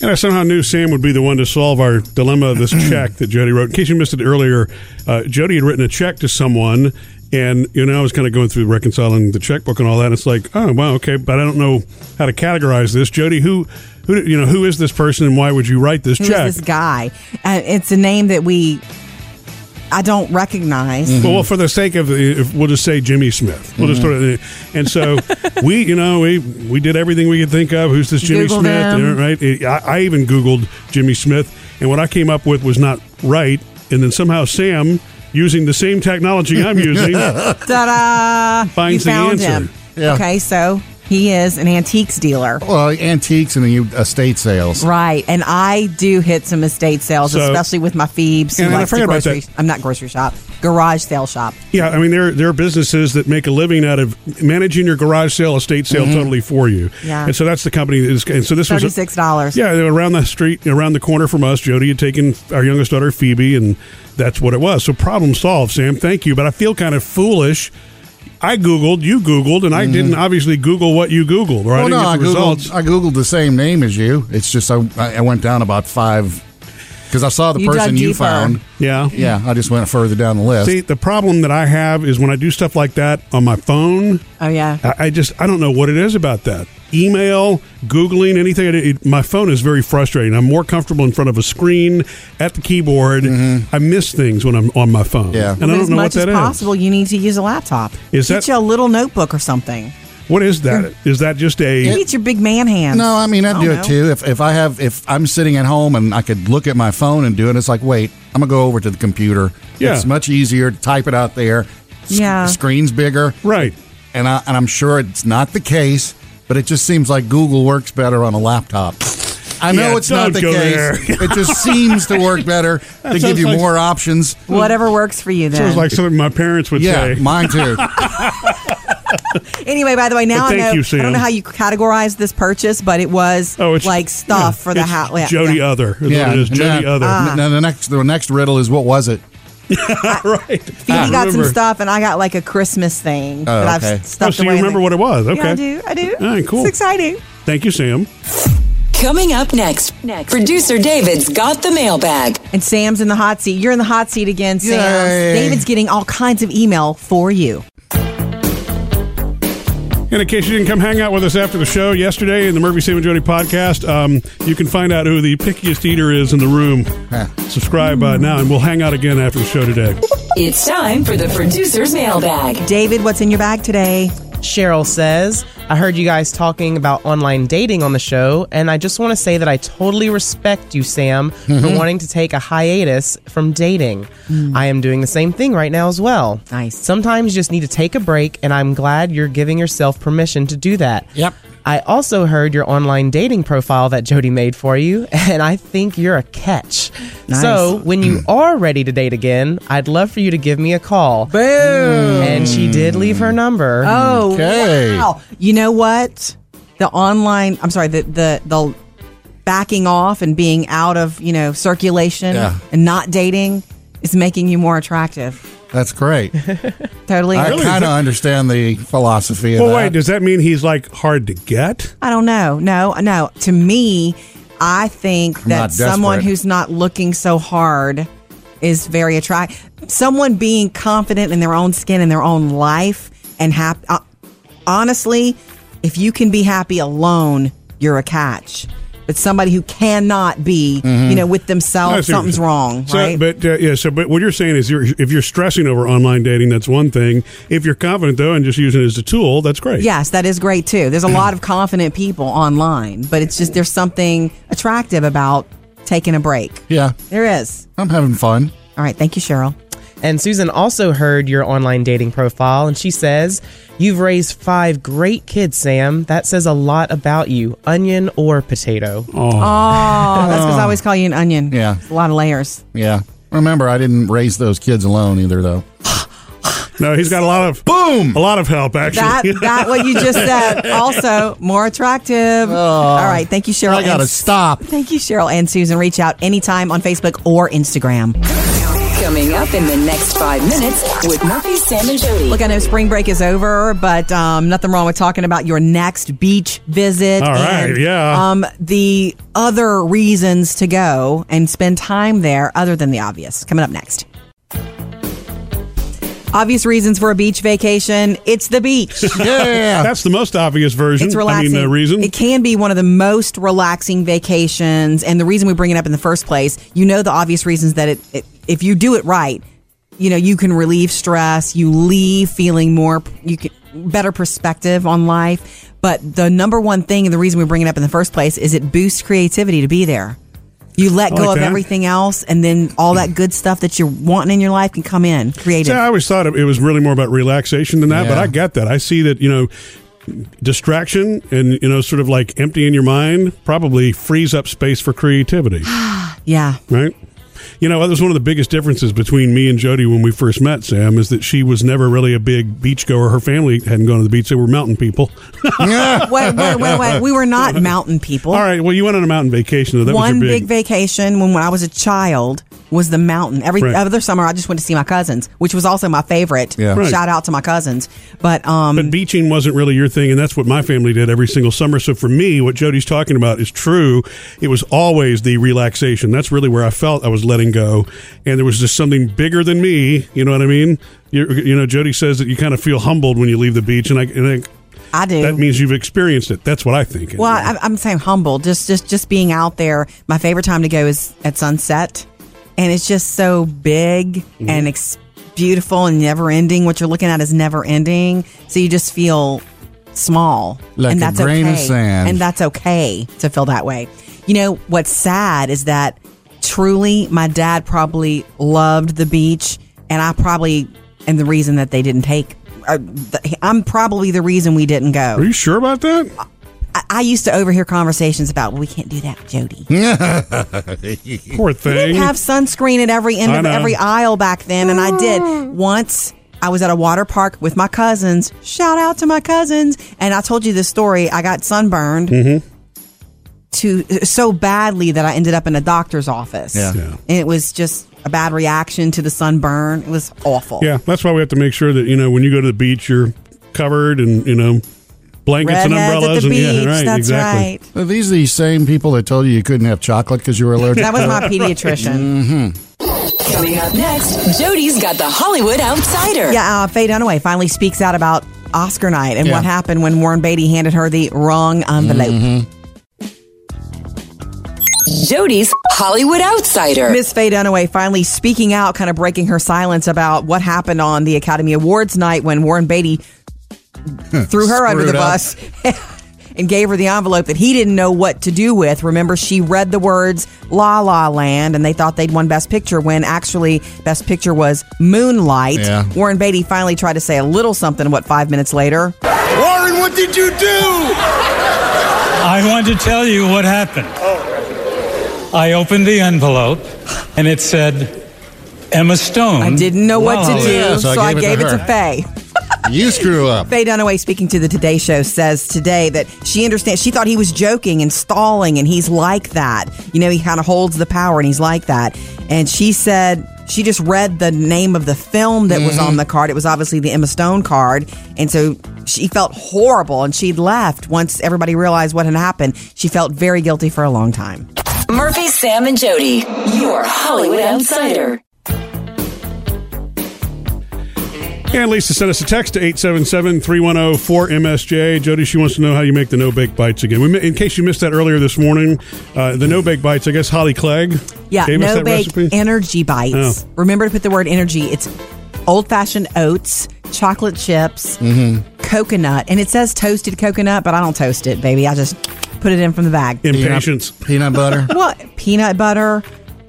And I somehow knew Sam would be the one to solve our dilemma
<clears throat>
of this check that Jody wrote. In case you missed it earlier, uh, Jody had written a check to someone, and you know I was kind of going through reconciling the checkbook and all that. And it's like, oh wow, okay, but I don't know how to categorize this. Jody, who, who, you know, who is this person, and why would you write this
Who is
check?
this guy? Uh, it's a name that we I don't recognize.
Well, well, for the sake of, uh, if we'll just say Jimmy Smith. We'll
Mm-hmm.
just throw it. And so
<laughs>
we, you know, we we did everything we could think of. Who's this Jimmy
Googled
Smith?
him.
Right. It- I, I even Googled Jimmy Smith, and what I came up with was not right. And then somehow Sam, using the same technology I'm
<laughs>
using,
Ta-da!
Finds
you
the
found
answer.
him.
Yeah.
Okay, so he is an antiques dealer.
Well, antiques and you- estate sales.
Right, and I do hit some estate sales,
So-
especially with my Phoebes. Who
And I
likes to
forgot about
grocery,
that.
I'm not grocery shop, garage sale shop.
Yeah, I mean there there are businesses that make a living out of managing your garage sale, estate sale, totally for you.
Mm-hmm. Yeah.
and so that's the company. That is, and so this was a-
Thirty-six dollars.
Yeah, they were around the street, around the corner from us, Jody had taken our youngest daughter Phoebe, and that's what it was. So problem solved, Sam. Thank you, but I feel kind of foolish. I googled, you googled, and I didn't obviously Google what you googled, or I didn't
Mm-hmm. Well, no,
get
I
the results.
googled, I googled the same name as you. It's just I, I went down about five because I saw the
You dug
person you
deeper.
found.
Yeah,
Yeah, I just went further down the list.
See, the problem that I have is when I do stuff like that on my phone,
Oh yeah.
I, I just I don't know what it is about that. Email, googling, anything. It, it- my phone is very frustrating. I'm more comfortable in front of a screen at the keyboard. I miss things when I'm on my phone.
Mm-hmm. Yeah.
and I
But
don't
as
know
much
what that
as
is.
possible, you need to use a laptop.
Is
Get
that-
you a little notebook or something.
What is that?
Hmm.
Is that just
You
a?
need your big man hands.
No, I mean I'd
I
do
don't
it
know.
too. If if I have if I'm sitting at home and I could look at my phone and do it, it's like wait, I'm gonna go over to the computer.
Yeah.
it's much easier to type it out there. S-
Yeah.
screen's bigger,
Right.
and I and I'm sure it's not the case, but it just seems like Google works better on a laptop. I know
Yeah,
it's not
don't
the
go
case.
there.
it just seems to
<laughs>
work better to give
sounds
you
like-
more options.
Whatever works for you. Then
Sounds like something my parents would say.
Yeah, mine too.
Anyway, by the way, now
But
I
thank
know
you,
I
Sam.
don't know how you categorize this purchase, but it was like stuff for the
Oh, it's
house. Yeah,
Jody
yeah. Uh,
Other. Is
Yeah,
what it is.
and
Jody
then-
Other.
n- Now the next the next riddle is what was it?
right.
Phoebe got some stuff, and I got like a Christmas thing
Oh,
that
okay.
I've stuffed
Oh, so you
away. in
remember
the-
what it was.
Yeah,
Okay.
I do. I do.
All right, cool.
It's exciting.
Thank you, Sam.
Coming up next, producer David's got the mailbag.
And Sam's in the hot seat. You're in the hot seat again, Sam.
Yay.
David's getting all kinds of email for you.
And in case you didn't come hang out with us after the show yesterday in the Murphy, Sam, and Jody podcast, um, you can find out who the pickiest eater is in the room. Subscribe uh, now, and we'll hang out again after the show today.
It's time for the producer's mailbag.
David, what's in your bag today?
Cheryl says, I heard you guys talking about online dating on the show, and I just want to say that I totally respect you, Sam, for
Mhm.
wanting to take a hiatus from dating.
Mm.
I am doing the same thing right now as well.
Nice.
Sometimes you just need to take a break, and I'm glad you're giving yourself permission to do that. Yep. I also heard your online dating profile that Jody made for you, <laughs> and I think you're a catch.
Nice.
So, when
Mm.
you are ready to date again, I'd love for you to give me a call. Boom! And she did leave her number.
Oh, wow. You know what? The online, I'm sorry, the, the, the backing off and being out of, you know, circulation
Yeah.
and not dating is making you more attractive.
That's great.
Totally.
I kind of understand the philosophy of
Well,
that.
wait, does that mean he's like hard to get?
I don't know. No, no. To me, I think
I'm
that
not
someone
desperate.
who's not looking so hard is very attractive. Someone being confident in their own skin and their own life and happy. Uh, honestly, if you can be happy alone, you're a catch. But somebody who cannot be,
Mhm.
you know, with
I
themselves,
see what
something's
you're saying.
wrong,
So,
right?
But uh, yeah, so but what you're saying is, you're, if you're stressing over online dating, that's one thing. If you're confident though and just using it as a tool, that's great.
Yes, that is great too. There's a lot of confident people online, but it's just there's something attractive about taking a break.
Yeah.
There is.
I'm having fun.
All right. Thank you, Cheryl.
And Susan also heard your online dating profile, and she says, You've raised five great kids, Sam. That says a lot about you, onion or potato.
Oh, that's because I always call you an onion.
Yeah.
It's a lot
<laughs>
of layers.
Yeah. Remember, I didn't raise those kids alone either, though.
no, he's got a lot of <laughs>
boom,
a lot of help <laughs>
That,
actually.
that what you just said also more attractive. All right, thank you, Cheryl.
Oh. I gotta
and-
stop.
Thank you, Cheryl and Susan. Reach out anytime on Facebook or Instagram.
Coming up in the next five minutes with Murphy, Sam, and Jody.
Look, I know spring break is over, but um, nothing wrong with talking about your next beach visit.
All right,
and,
yeah.
Um, the other reasons to go and spend time there, other than the obvious. Coming up next. Obvious reasons for a beach vacation. It's the beach.
that's the most obvious version.
It's
I
relaxing.
mean, the reason.
It can be one of the most relaxing vacations. And the reason we bring it up in the first place, you know, the obvious reasons that it, it if you do it right, you know, you can relieve stress, you leave feeling more, you can better perspective on life. But the number one thing and the reason we bring it up in the first place is it boosts creativity to be there. You let
I
go
like
of
that.
everything else, and then all that good stuff that you're wanting in your life can come in. Creative.
Yeah, I always thought it was really more about relaxation than that, but
Yeah.
I get that. I see that, you know, distraction and, you know, sort of like emptying your mind probably frees up space for creativity,
Yeah. <laughs>
right? You know, that was one of the biggest differences between me and Jody when we first met, Sam, is that she was never really a big beach goer. Her family hadn't gone to the beach, they were mountain people. <laughs>
wait, wait, wait, wait. We were not mountain people.
All right, well, you went on a mountain vacation, though. That was
one
your
big, vacation when, when I was a child was the mountain. Every
Right.
other summer, I just went to see my cousins, which was also my favorite.
Yeah. Right.
Shout out to my cousins. But um,
but beaching wasn't really your thing, and that's what my family did every single summer. So for me, what Jody's talking about is true. It was always the relaxation. That's really where I felt I was letting go, and there was just something bigger than me. You know what I mean? you you know, Jody says that you kind of feel humbled when you leave the beach, and I, and I think
I do.
that means you've experienced it. That's what I think.
Well, I, I'm saying humble. Just, just, just being out there. My favorite time to go is at sunset, and it's just so big
Mm-hmm.
and ex- beautiful and never ending. What you're looking at is never ending, so you just feel small,
Like a
and that's
grain of
okay.
sand.
and that's okay to feel that way. You know what's sad is that truly, my dad probably loved the beach, and I probably am the reason that they didn't take. Uh, th- I'm probably the reason we didn't go. Are
you sure about that?
Uh, I, I used to overhear conversations about, well, we can't do that, Jody.
Mm. Poor thing.
Have sunscreen at every end
I
of
know. Mm.
every aisle back then, and I did once. I was at a water park with my cousins. Shout out to my cousins. And I told you this story. I got sunburned
Mm-hmm.
to so badly that I ended up in a doctor's office.
Yeah. Yeah.
And it was just a bad reaction to the sunburn. It was awful.
Yeah, that's why we have to make sure that you know when you go to the beach, you're covered and you know blankets and
Redheads at
umbrellas.
the
and,
beach,
yeah, right,
that's
exactly.
right.
Are these the same people that told you you couldn't have chocolate because you were allergic? <laughs>
That was
<laughs>
my
pediatrician.
hmm
Coming up next, Jody's got the Hollywood Outsider.
Yeah, uh, Faye Dunaway finally speaks out about Oscar night and
Yeah.
what happened when Warren Beatty handed her the wrong envelope.
Jody's Hollywood Outsider.
Miss Faye Dunaway finally speaking out, kind of breaking her silence about what happened on the Academy Awards night when Warren Beatty threw her under the
Screwed up.
bus <laughs> and gave her the envelope that he didn't know what to do with. Remember, she read the words La La Land and they thought they'd won Best Picture when actually Best Picture was Moonlight.
Yeah.
Warren Beatty finally tried to say a little something, what, five minutes later?
Warren, what did you do?
I want to tell you what happened.
Oh.
I opened the envelope and it said Emma Stone.
I didn't know what to
Wow.
do, Mm-hmm. so, I gave, it to, Faye.
You screw up.
Faye Dunaway, speaking to the Today Show, says today that she understands. She thought he was joking and stalling, and he's like that. You know, he kind of holds the power, and he's like that. And she said she just read the name of the film that was on the card. It was obviously the Emma Stone card, and so she felt horrible, and she left once everybody realized what had happened. She felt very guilty for a long time.
Murphy, Sam, and Jody, your Hollywood Outsider.
And Lisa sent us a text to 877-310-4MSJ. Jody, she wants to know how you make the no-bake bites again. We, mi- in case you missed that earlier this morning, uh, the no-bake bites, I guess Holly Clegg
Yeah,
gave us
no
that
bake
recipe.
energy bites.
Oh.
Remember to put the word energy. It's old fashioned oats, chocolate chips,
Mm-hmm.
coconut, and it says toasted coconut, but I don't toast it, baby. I just put it in from the bag.
Impatience.
Peanut, butter.
what? Peanut butter,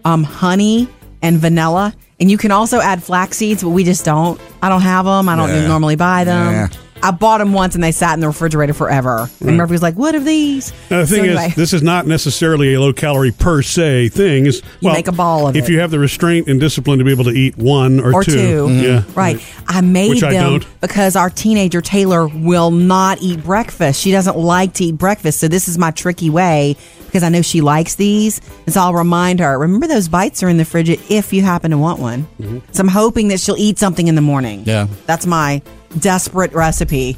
um, honey, and vanilla. And you can also add flax seeds, but we just don't. I don't have them. I don't
Yeah.
normally buy them.
Yeah.
I bought them once and they sat in the refrigerator forever.
Right.
And Murphy was like, What are these?
Now, the
So
thing
anyway.
is, this is not necessarily a low calorie per se thing. Is well,
make a ball of
if
it.
you have the restraint and discipline to be able to eat one or,
or, 2
Mm-hmm. Yeah,
Right. I made
Which I
them
don't.
because our teenager Taylor will not eat breakfast. She doesn't like to eat breakfast. So this is my tricky way because I know she likes these. And so I'll remind her, remember those bites are in the fridge if you happen to want one.
Mm-hmm.
So I'm hoping that she'll eat something in the morning.
Yeah.
That's my desperate recipe.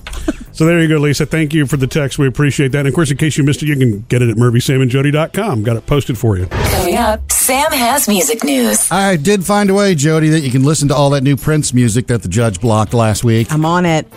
So there you go, Lisa. Thank you for the text. We appreciate that. And of course, in case you missed it, you can get it at MurphySamandJody.com. Got it posted for you.
Coming up, Sam has music news.
I did find a way, Jody, that you can listen to all that new Prince music that the judge blocked last week.
I'm on it.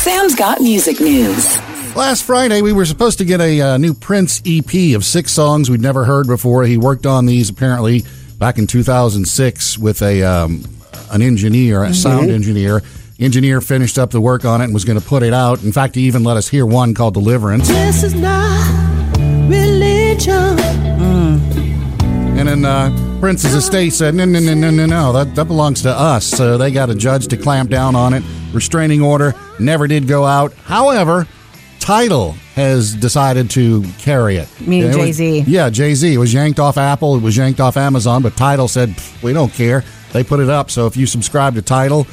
Sam's got music news.
Last Friday, we were supposed to get a uh, new Prince EP of six songs we'd never heard before. He worked on these apparently back in 2006 with a um, an engineer, a sound
Mhm.
engineer. Engineer finished up the work on it and was going to put it out. In fact, he even let us hear one called Deliverance.
This is not religion.
And then uh, Prince's estate said, no, no, no, no, no, no, that, that belongs to us. So they got a judge to clamp down on it. Restraining order never did go out. However, Title has decided to carry it.
Meaning
And it was-
Jay-Z.
Yeah, Jay Z. It was yanked off Apple, it was yanked off Amazon, but Title said, "Pfft, we don't care. They put it up. So if you subscribe to Title,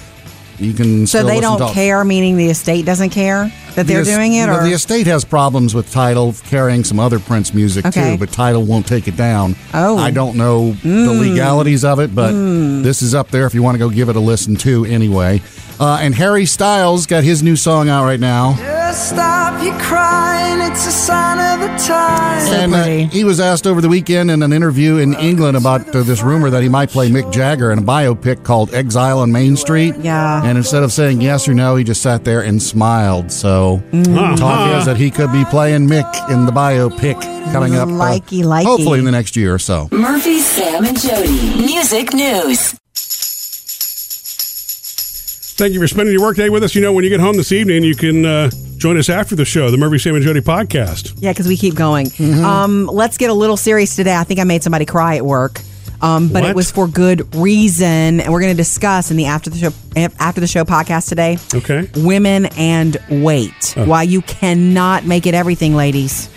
you can
So
still
they
listen
don't
to all-
care, meaning the estate doesn't care that they're
the es-
doing it?
no,
Or
the estate has problems with title carrying some other Prince music
Okay.
too, but title won't take it down.
Oh. Hmm.
I don't know the
Mm.
legalities of it, but
Mm.
this is up there if you want to go give it a listen too. Anyway, uh, and Harry Styles got his new song out right now.
Just stop your crying, it's a sign of the times.
and uh, he was asked over the weekend in an interview in England about uh, this rumor that he might play Mick Jagger in a biopic called Exile on Main Street.
Yeah.
And instead of saying yes or no, he just sat there and smiled. So
Mm.
talk is that he could be playing Mick in the biopic coming up. uh,
Likey, likey.
Hopefully in the next year or so.
Murphy, Sam, and Jody, music news.
Thank you for spending your workday with us. You know, when you get home this evening, you can uh, join us after the show, the Murphy, Sam, and Jody podcast.
Yeah, because we keep going. Um, let's get a little serious today. I think I made somebody cry at work, um, but
What?
it was for good reason, and we're going to discuss in the after the show after the show podcast today.
Okay.
Women and weight. Why you cannot make it everything, ladies.